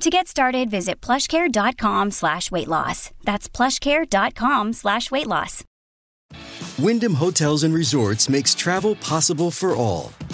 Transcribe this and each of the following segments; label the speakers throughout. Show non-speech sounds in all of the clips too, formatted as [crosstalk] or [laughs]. Speaker 1: To get started, visit plushcare.com slash weight loss. That's plushcare.com slash weight loss.
Speaker 2: Wyndham Hotels and Resorts makes travel possible for all.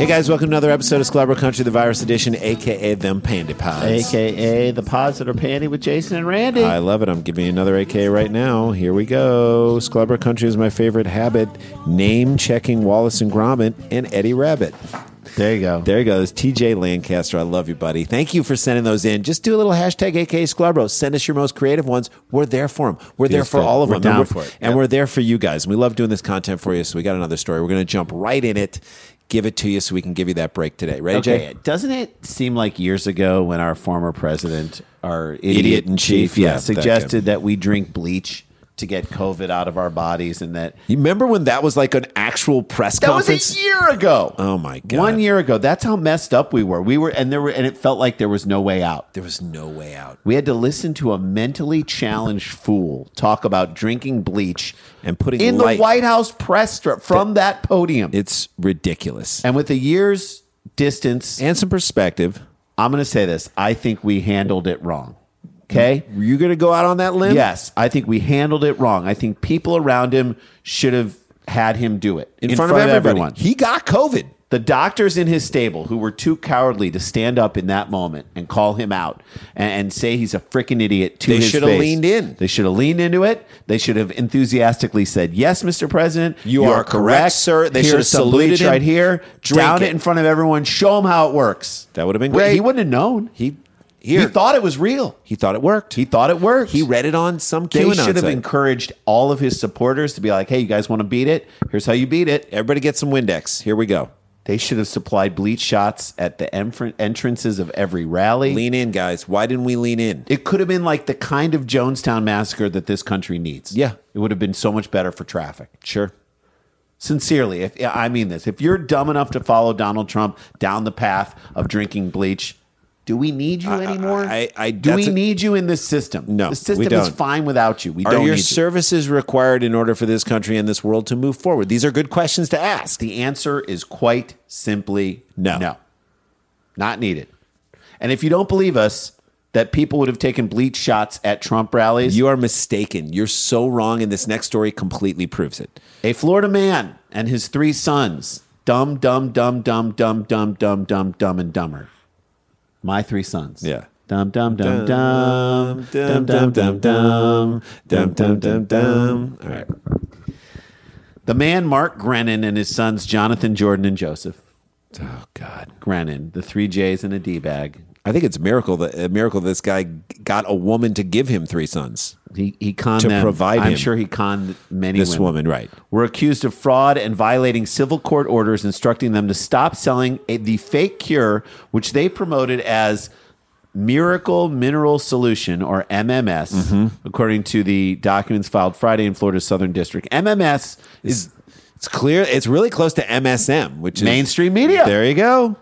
Speaker 3: Hey guys, welcome to another episode of Scalabro Country, the virus edition, aka them Pandy Pods.
Speaker 4: AKA the pods that are panty with Jason and Randy.
Speaker 3: I love it. I'm giving you another AKA right now. Here we go. Scalabro Country is my favorite habit. Name checking Wallace and Gromit and Eddie Rabbit.
Speaker 4: there you go.
Speaker 3: There you go. There's TJ Lancaster. I love you, buddy. Thank you for sending those in. Just do a little hashtag AKA Scalabro. Send us your most creative ones. We're there for them. We're there
Speaker 4: Feels
Speaker 3: for
Speaker 4: good.
Speaker 3: all of
Speaker 4: We're
Speaker 3: them.
Speaker 4: down
Speaker 3: and
Speaker 4: for it.
Speaker 3: And
Speaker 4: Yep.
Speaker 3: we're there for you guys. We love doing this content for you. So we got another story. We're going to jump right in it, give it to you so we can give you that break today. Ready, Jay?
Speaker 4: Okay, doesn't it seem like years ago when our former president, our idiot,
Speaker 3: Idiot in chief, yeah,
Speaker 4: yeah,
Speaker 3: that
Speaker 4: suggested that we drink bleach to get COVID out of our bodies and that
Speaker 3: You remember when that was like an actual press
Speaker 4: That
Speaker 3: conference?
Speaker 4: was a year ago.
Speaker 3: Oh, my God.
Speaker 4: One year ago. That's how messed up we were. We were, and there were, and it felt like there was no way out.
Speaker 3: There was no way out.
Speaker 4: We had to listen to a mentally challenged fool talk about drinking bleach
Speaker 3: And putting
Speaker 4: in
Speaker 3: light-
Speaker 4: the White House press strip from that podium.
Speaker 3: It's ridiculous.
Speaker 4: and with a year's distance,
Speaker 3: And some perspective.
Speaker 4: I'm going to say this: I think we handled it wrong. Okay.
Speaker 3: Were you going to go out on that limb?
Speaker 4: Yes, I think we handled it wrong. I think people around him should have had him do it
Speaker 3: In, front, of, everybody.
Speaker 4: everyone.
Speaker 3: He got COVID.
Speaker 4: The doctors in his stable who were too cowardly to stand up in that moment and call him out and, and say he's a freaking idiot to
Speaker 3: They
Speaker 4: his
Speaker 3: should have
Speaker 4: face.
Speaker 3: leaned in.
Speaker 4: They should have leaned into it. They should have enthusiastically said, "Yes, Mr. President,
Speaker 3: You are correct, sir." They
Speaker 4: Here's
Speaker 3: should have
Speaker 4: some
Speaker 3: saluted
Speaker 4: bleach
Speaker 3: him.
Speaker 4: right here.
Speaker 3: Drink
Speaker 4: Down it.
Speaker 3: it.
Speaker 4: in front of everyone. Show him how it works."
Speaker 3: That would have been
Speaker 4: Wait,
Speaker 3: great.
Speaker 4: He wouldn't have known.
Speaker 3: He here.
Speaker 4: He thought it was real.
Speaker 3: He thought it worked.
Speaker 4: He thought it worked.
Speaker 3: He read it on some
Speaker 4: They
Speaker 3: QAnon
Speaker 4: should have
Speaker 3: site.
Speaker 4: encouraged all of his supporters to be like, "Hey, you guys want to beat it? Here's how you beat it."
Speaker 3: Everybody get some Windex. Here we go.
Speaker 4: They should have supplied bleach shots at the enfr- entrances of every rally.
Speaker 3: Lean in, guys. Why didn't we lean in?
Speaker 4: It could have been like the kind of Jonestown massacre that this country needs.
Speaker 3: Yeah.
Speaker 4: It would have been so much better for traffic.
Speaker 3: Sure.
Speaker 4: Sincerely, if I mean this, if you're dumb enough to follow Donald Trump down the path of drinking bleach, do we need you anymore?
Speaker 3: I- I-
Speaker 4: do
Speaker 3: that's
Speaker 4: we
Speaker 3: a-
Speaker 4: need you in this system?
Speaker 3: No, we
Speaker 4: the system is
Speaker 3: don't.
Speaker 4: fine without you. We
Speaker 3: Are
Speaker 4: don't
Speaker 3: your
Speaker 4: need you.
Speaker 3: services required in order for this country and this world to move forward? These are good questions to ask.
Speaker 4: The answer is quite simply
Speaker 3: No.
Speaker 4: No. Not needed. And if you don't believe us that people would have taken bleach shots at Trump rallies,
Speaker 3: You are mistaken. You're so wrong, and this next story completely proves it.
Speaker 4: a Florida man and his three sons, dumb, dumb, dumb, dumb, dumb, dumb, dumb, dumb, dumb, and dumber. My three sons.
Speaker 3: Yeah.
Speaker 4: Dumb, dumb, dumb,
Speaker 3: Dum,
Speaker 4: dumb,
Speaker 3: dum, dum, dum, dum. Dum, dum, dum, dum. All right.
Speaker 4: The man Mark Grennan and his sons Jonathan, Jordan, and Joseph.
Speaker 3: Oh God.
Speaker 4: Grennan, the three J's and a D bag.
Speaker 3: I think it's a miracle that a miracle this guy got a woman to give him three sons.
Speaker 4: He he conned
Speaker 3: To
Speaker 4: them.
Speaker 3: provide
Speaker 4: I'm
Speaker 3: him
Speaker 4: sure he conned many.
Speaker 3: This
Speaker 4: women.
Speaker 3: woman, right.
Speaker 4: Were accused of fraud and violating civil court orders instructing them to stop selling a, the fake cure, which they promoted as Miracle Mineral Solution or MMS,
Speaker 3: Mm-hmm.
Speaker 4: according to the documents filed Friday in Florida's Southern District. MMS is
Speaker 3: It's clear. It's really close to MSM, which is
Speaker 4: mainstream media.
Speaker 3: There you go.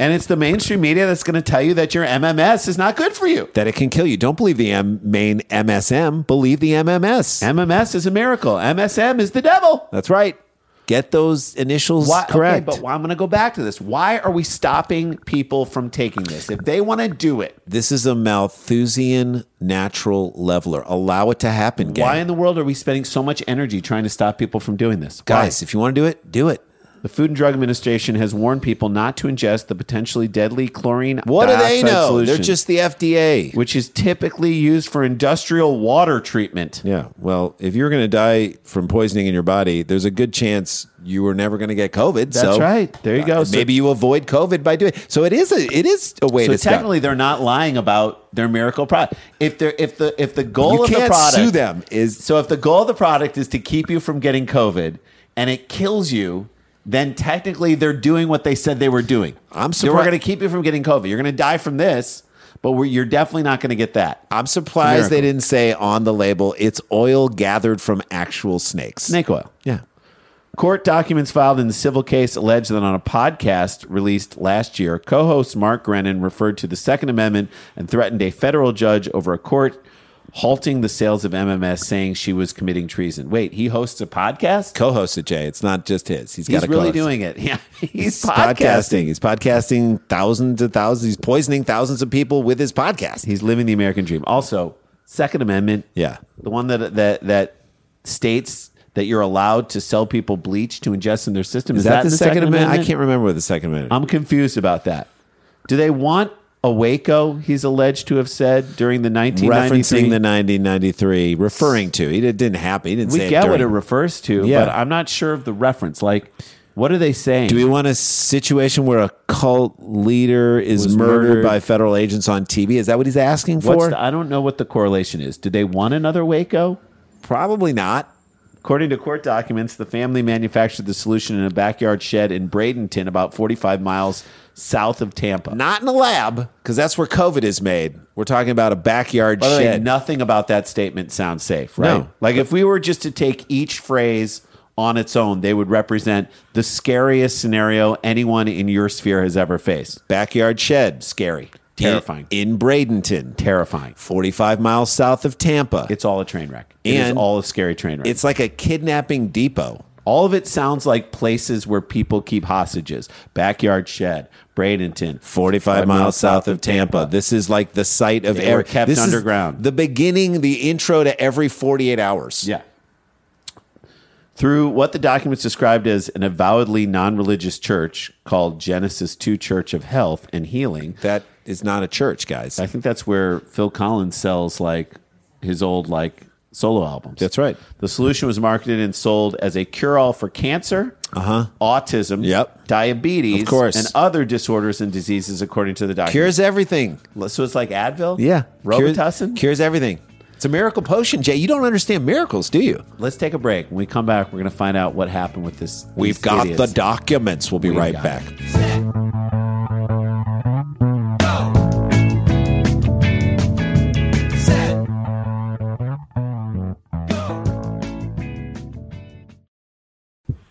Speaker 4: And it's the mainstream media that's going to tell you that your MMS is not good for you.
Speaker 3: That it can kill you. Don't believe the M- main MSM. Believe the MMS.
Speaker 4: MMS is a miracle. MSM is the devil.
Speaker 3: That's right. Get those initials
Speaker 4: Why,
Speaker 3: correct.
Speaker 4: Okay, but why- I'm going to go back to this. Why are we stopping people from taking this? If they want to do it,
Speaker 3: this is a Malthusian natural leveler. Allow it to happen, gang.
Speaker 4: why in the world are we spending so much energy trying to stop people from doing this? Why?
Speaker 3: Guys, if you want to do it, do it.
Speaker 4: The Food and Drug Administration has warned people not to ingest the potentially deadly chlorine.
Speaker 3: What do they
Speaker 4: dioxide
Speaker 3: know? They're
Speaker 4: solution,
Speaker 3: just the FDA.
Speaker 4: which is typically used for industrial water treatment.
Speaker 3: Yeah. Well, if you're going to die from poisoning in your body, there's a good chance you were never going to get COVID.
Speaker 4: That's
Speaker 3: so
Speaker 4: right. There you go. So-
Speaker 3: Uh, maybe you avoid COVID by doing. So it is a it is a way
Speaker 4: So
Speaker 3: to stop.
Speaker 4: technically, they're not lying about their miracle product. If they're if the if the goal
Speaker 3: you
Speaker 4: of
Speaker 3: can't
Speaker 4: the product
Speaker 3: sue them. Is
Speaker 4: so if the goal of the product is to keep you from getting COVID and it kills you, then technically they're doing what they said they were doing.
Speaker 3: I'm
Speaker 4: They We're
Speaker 3: surpri-
Speaker 4: going to keep you from getting COVID. You're going to die from this, but we're, you're definitely not going to get that.
Speaker 3: I'm surprised they
Speaker 4: Miracle.
Speaker 3: didn't say on the label it's oil gathered from actual snakes.
Speaker 4: Snake oil.
Speaker 3: Yeah.
Speaker 4: Court documents filed in the civil case allege that on a podcast released last year, co host Mark Grennan referred to the Second Amendment and threatened a federal judge over a court halting the sales of MMS, saying she was committing treason. Wait, he hosts a podcast?
Speaker 3: Co-hosted Jay. It's not just his. He's got
Speaker 4: He's
Speaker 3: a
Speaker 4: really
Speaker 3: co-host.
Speaker 4: doing it. [laughs] Yeah, he's
Speaker 3: He's
Speaker 4: podcasting.
Speaker 3: podcasting. He's podcasting thousands and thousands. He's poisoning thousands of people with his podcast.
Speaker 4: He's living the American dream. Also, Second Amendment.
Speaker 3: Yeah.
Speaker 4: the one that that that states that you're allowed to sell people bleach to ingest in their system. Is, in
Speaker 3: I can't remember what the second amendment.
Speaker 4: I'm confused about that. Do they want a Waco? He's alleged to have said during the 1993.
Speaker 3: referencing the 1993, referring to. He did- didn't happen. He didn't say
Speaker 4: we
Speaker 3: it
Speaker 4: get what
Speaker 3: during.
Speaker 4: it refers to,
Speaker 3: Yeah.
Speaker 4: but I'm not sure of the reference. Like, what are they saying?
Speaker 3: Do we want a situation where a cult leader is
Speaker 4: Was
Speaker 3: murdered,
Speaker 4: murdered.
Speaker 3: by federal agents on TV? Is that what he's asking
Speaker 4: What's
Speaker 3: for?
Speaker 4: the- I don't know what the correlation is. Do they want another Waco?
Speaker 3: Probably not.
Speaker 4: According to court documents, the family manufactured the solution in a backyard shed in Bradenton, about 45 miles south of Tampa.
Speaker 3: Not in a lab, because that's where COVID is made. We're talking about a backyard
Speaker 4: By the way,
Speaker 3: shed.
Speaker 4: nothing about that statement sounds safe, right?
Speaker 3: No.
Speaker 4: Like if we were just to take each phrase on its own, they would represent the scariest scenario anyone in your sphere has ever faced.
Speaker 3: backyard shed.
Speaker 4: Scary,
Speaker 3: In-
Speaker 4: terrifying,
Speaker 3: In, Bradenton, ter-
Speaker 4: terrifying.
Speaker 3: 45 miles south of Tampa.
Speaker 4: It's all a train wreck. It is
Speaker 3: And
Speaker 4: all a scary train wreck.
Speaker 3: it's like a kidnapping depot.
Speaker 4: all of it sounds like places where people keep hostages. Backyard shed, Bradenton,
Speaker 3: 45 miles south of Tampa. This is like the site of
Speaker 4: They
Speaker 3: every
Speaker 4: were kept
Speaker 3: this is
Speaker 4: underground.
Speaker 3: the beginning, the intro to every 48 hours.
Speaker 4: Yeah. Through what the documents described as an avowedly non religious church called Genesis 2 Church of Health and Healing,
Speaker 3: That is not a church, guys.
Speaker 4: I think that's where Phil Collins sells like his old like solo albums.
Speaker 3: That's right.
Speaker 4: The solution was marketed and sold as a cure all for cancer, uh-huh. autism,
Speaker 3: Yep.
Speaker 4: diabetes,
Speaker 3: Of course.
Speaker 4: and other disorders and diseases, according to the documents.
Speaker 3: Cures everything.
Speaker 4: So it's like Advil?
Speaker 3: Cures-
Speaker 4: Robitussin?
Speaker 3: Cures, everything. It's a miracle potion, Jay. You don't understand miracles, do you?
Speaker 4: Let's take a break. When we come back, we're going to find out what happened with this.
Speaker 3: We've
Speaker 4: these
Speaker 3: got
Speaker 4: idiots.
Speaker 3: the documents. We'll be
Speaker 4: We've
Speaker 3: right
Speaker 4: got
Speaker 3: back.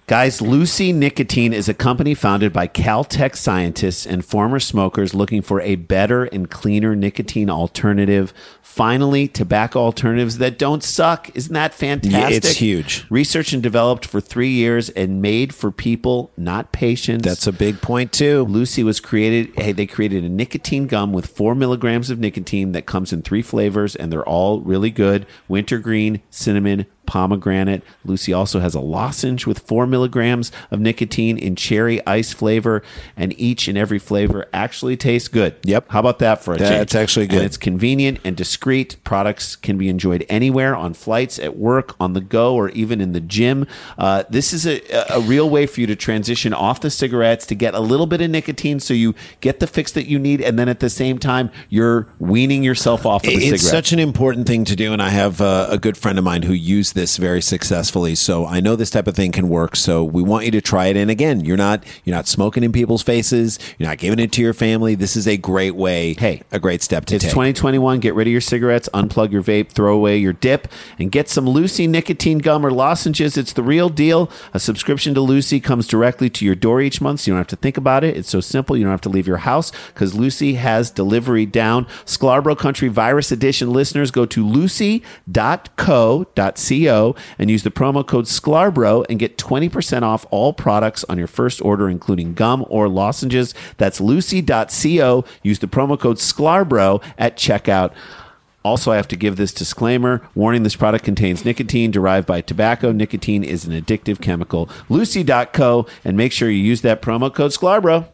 Speaker 4: Guys, Lucy Nicotine is a company founded by Caltech scientists and former smokers looking for a better and cleaner nicotine alternative. Finally, tobacco alternatives that don't suck. Isn't that fantastic?
Speaker 3: Yeah, it's huge.
Speaker 4: Researched and developed for three years and made for people, not patients.
Speaker 3: That's a big point too.
Speaker 4: Lucy was created. Hey, they created a nicotine gum with four milligrams of nicotine that comes in three flavors, and they're all really good: wintergreen, cinnamon, pomegranate. Lucy also has a lozenge with four milligrams of nicotine in cherry ice flavor, and each and every flavor actually tastes good.
Speaker 3: Yep.
Speaker 4: How about that for a
Speaker 3: Yeah,
Speaker 4: change?
Speaker 3: it's actually
Speaker 4: And
Speaker 3: good.
Speaker 4: it's convenient and discreet. Products can be enjoyed anywhere on flights, at work, on the go, or even in the gym. Uh, this is a, a real way for you to transition off the cigarettes to get a little bit of nicotine so you get the fix that you need. And then at the same time, you're weaning yourself off of the
Speaker 3: It's
Speaker 4: cigarette.
Speaker 3: such an important thing to do, and I have uh, a good friend of mine who used this very successfully. So I know this type of thing can work. So we want you to try it. And again, you're not you're not smoking in people's faces. You're not giving it to your family. This is a great way.
Speaker 4: Hey,
Speaker 3: a great step to
Speaker 4: It's
Speaker 3: take.
Speaker 4: 2021. Get rid of your cigarettes, unplug your vape, throw away your dip, and get some Lucy nicotine gum or lozenges. It's the real deal. A subscription to Lucy comes directly to your door each month, so you don't have to think about it. It's so simple. You don't have to leave your house because Lucy has delivery down. Scarborough Country Virus Edition listeners go to lucy.co.co and use the promo code Scarborough and get 20% off all products on your first order, including gum or lozenges. That's lucy.co. Use the promo code Scarborough at checkout. Also, I have to give this disclaimer warning this product contains nicotine derived by tobacco. Nicotine is an addictive chemical. Lucy.co and make sure you use that promo code Scarborough.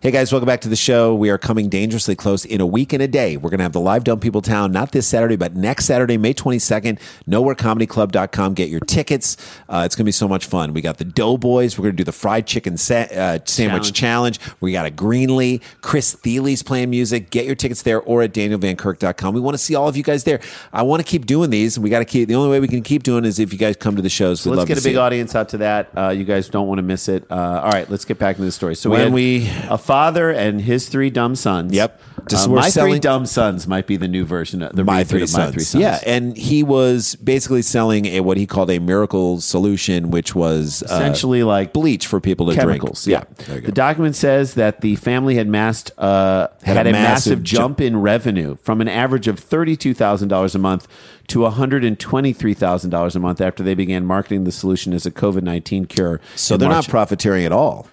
Speaker 3: Hey guys, welcome back to the show. We are coming dangerously close in a week and a day. We're going to have the live Dumb People Town, not this Saturday, but next Saturday, May 22nd, nowherecomedyclub.com. Get your tickets. Uh, it's going to be so much fun. We got the Doughboys. We're going to do the fried chicken sa- uh, sandwich challenge. We got a Greenlee. Chris Thiele's playing music. Get your tickets there or at danielvankirk.com. We want to see all of you guys there. I want to keep doing these. and We got to keep, the only way we can keep doing is if you guys come to the shows. We'd
Speaker 4: Let's
Speaker 3: love
Speaker 4: get
Speaker 3: to
Speaker 4: a
Speaker 3: see
Speaker 4: big
Speaker 3: it.
Speaker 4: audience out to that. Uh, you guys don't want to miss it. Uh, all right, let's get back into the story. So
Speaker 3: When
Speaker 4: we,
Speaker 3: we-
Speaker 4: had a father and his three dumb sons.
Speaker 3: Yep. Just
Speaker 4: Uh,
Speaker 3: we're
Speaker 4: my three
Speaker 3: selling-
Speaker 4: dumb sons might be the new version of the
Speaker 3: my
Speaker 4: reboot
Speaker 3: three,
Speaker 4: of
Speaker 3: sons.
Speaker 4: My three sons.
Speaker 3: Yeah, and uh, he was basically selling a what he called a miracle solution, which was uh,
Speaker 4: essentially like
Speaker 3: bleach for people to
Speaker 4: chemicals.
Speaker 3: drink.
Speaker 4: Yeah.
Speaker 3: there you go.
Speaker 4: The document says that the family had massed uh, had, a, massive,
Speaker 3: ju-
Speaker 4: jump in revenue from an average of thirty two thousand dollars a month to one hundred and twenty three thousand dollars a month after they began marketing the solution as a COVID nineteen cure.
Speaker 3: so
Speaker 4: in
Speaker 3: they're
Speaker 4: March.
Speaker 3: not profiteering at all.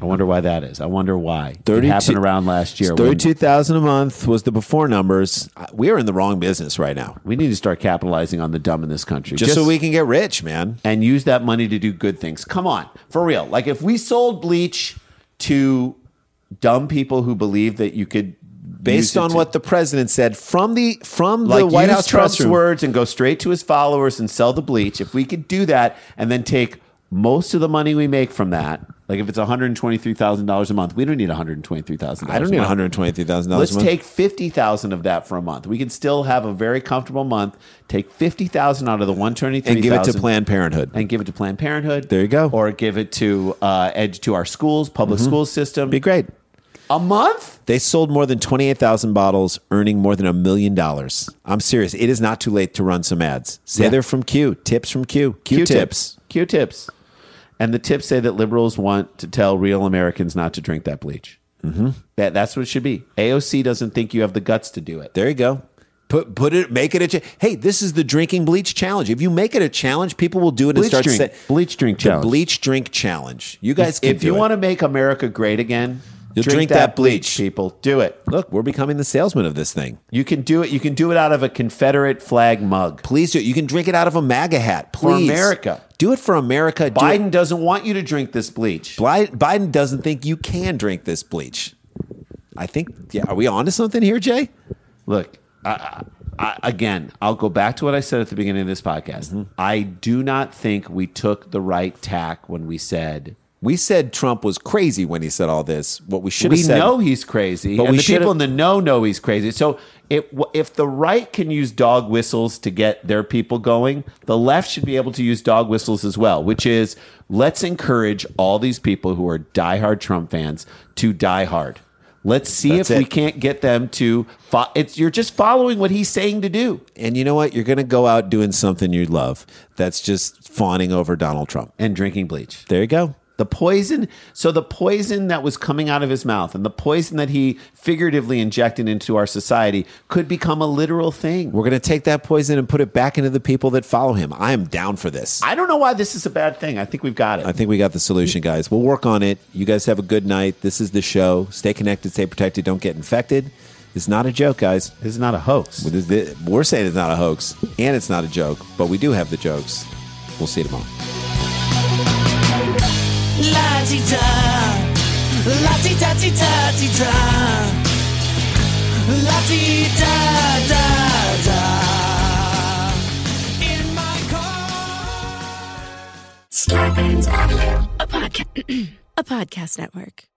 Speaker 4: I wonder why that is. I wonder why it happened around last year. when-
Speaker 3: Thirty-two thousand a month was the before numbers. Uh, We are in the wrong business right now.
Speaker 4: We need to start capitalizing on the dumb in this country.
Speaker 3: Just, so we can get rich, man.
Speaker 4: and use that money to do good things. Come on, for real. Like if we sold bleach to dumb people who believe that you could use
Speaker 3: Based
Speaker 4: it
Speaker 3: on
Speaker 4: to-
Speaker 3: what the president said from the from the
Speaker 4: like
Speaker 3: White
Speaker 4: use
Speaker 3: House
Speaker 4: Trump's
Speaker 3: press room.
Speaker 4: words and go straight to his followers and sell the bleach. If we could do that and then take most of the money we make from that, like if it's one hundred twenty three thousand dollars a month, we don't need one hundred twenty three thousand.
Speaker 3: I don't need one hundred twenty-three thousand dollars.
Speaker 4: Let's take fifty thousand of that for a month. We can still have a very comfortable month. Take fifty thousand out of the one twenty three
Speaker 3: and give it to Planned Parenthood.
Speaker 4: and give it to Planned Parenthood.
Speaker 3: There you go. Mm-hmm.
Speaker 4: Or give it to uh, edge to our schools, public school system.
Speaker 3: Be great.
Speaker 4: A month.
Speaker 3: They sold more than 28,000 bottles, earning more than a million dollars. I'm serious. It is not too late to run some ads. Say
Speaker 4: Yeah.
Speaker 3: they're from Q. Tips from Q. Q tips.
Speaker 4: Q tips. And the tips say that liberals want to tell real Americans not to drink that bleach. Mm-hmm. That that's what it should be. AOC doesn't think you have the guts to do it.
Speaker 3: There you go. Put put it. Make it a. Cha- hey, this is the drinking bleach challenge. If you make it a challenge, people will do it
Speaker 4: Bleach
Speaker 3: and start.
Speaker 4: drink- bleach drink
Speaker 3: The
Speaker 4: challenge.
Speaker 3: bleach drink challenge. You guys, can
Speaker 4: if you want
Speaker 3: want
Speaker 4: to make America great again,
Speaker 3: You'll drink that bleach.
Speaker 4: people. Do it.
Speaker 3: to look, we're becoming the salesman of this thing.
Speaker 4: You can do it. You can do it out of a Confederate flag mug.
Speaker 3: Please do. it. You can drink it out of a MAGA hat.
Speaker 4: For
Speaker 3: Please,
Speaker 4: America.
Speaker 3: Do it for America. Do it-
Speaker 4: Biden doesn't want you to drink this bleach.
Speaker 3: Bli- Biden doesn't think you can drink this bleach. I think. Yeah, are we onto something here, Jay?
Speaker 4: Look, I, I, I, again, I'll go back to what I said at the beginning of this podcast. I do not think we took the right tack when we said
Speaker 3: We said Trump was crazy when he said all this. What we should have
Speaker 4: we
Speaker 3: said.
Speaker 4: know he's crazy,
Speaker 3: But
Speaker 4: and
Speaker 3: we
Speaker 4: the people
Speaker 3: should've-
Speaker 4: in the know know he's crazy. So if if the right can use dog whistles to get their people going, the left should be able to use dog whistles as well. Which is let's encourage all these people who are diehard Trump fans to die hard. Let's see
Speaker 3: That's
Speaker 4: if we
Speaker 3: it.
Speaker 4: can't get them to. Fo- it's you're just following what he's saying to do.
Speaker 3: and you know what? You're going to go out doing something you love. That's just fawning over Donald Trump.
Speaker 4: and drinking bleach.
Speaker 3: There you go.
Speaker 4: The poison, so the poison that was coming out of his mouth and the poison that he figuratively injected into our society could become a literal thing.
Speaker 3: We're going to take that poison and put it back into the people that follow him. I am down for this.
Speaker 4: I don't know why this is a bad thing. I think we've got it.
Speaker 3: I think we got the solution, guys. We'll work on it. You guys have a good night. This is the show. Stay connected, stay protected, don't get infected. It's not a joke, guys.
Speaker 4: This is not a hoax.
Speaker 3: Well, this- this- We're saying it's not a hoax and it's not a joke, but we do have the jokes. We'll see you tomorrow.
Speaker 5: La-di-da, la-di-da-di-da-di-da, la-di-da-da-da. In my car.
Speaker 6: a podcast network.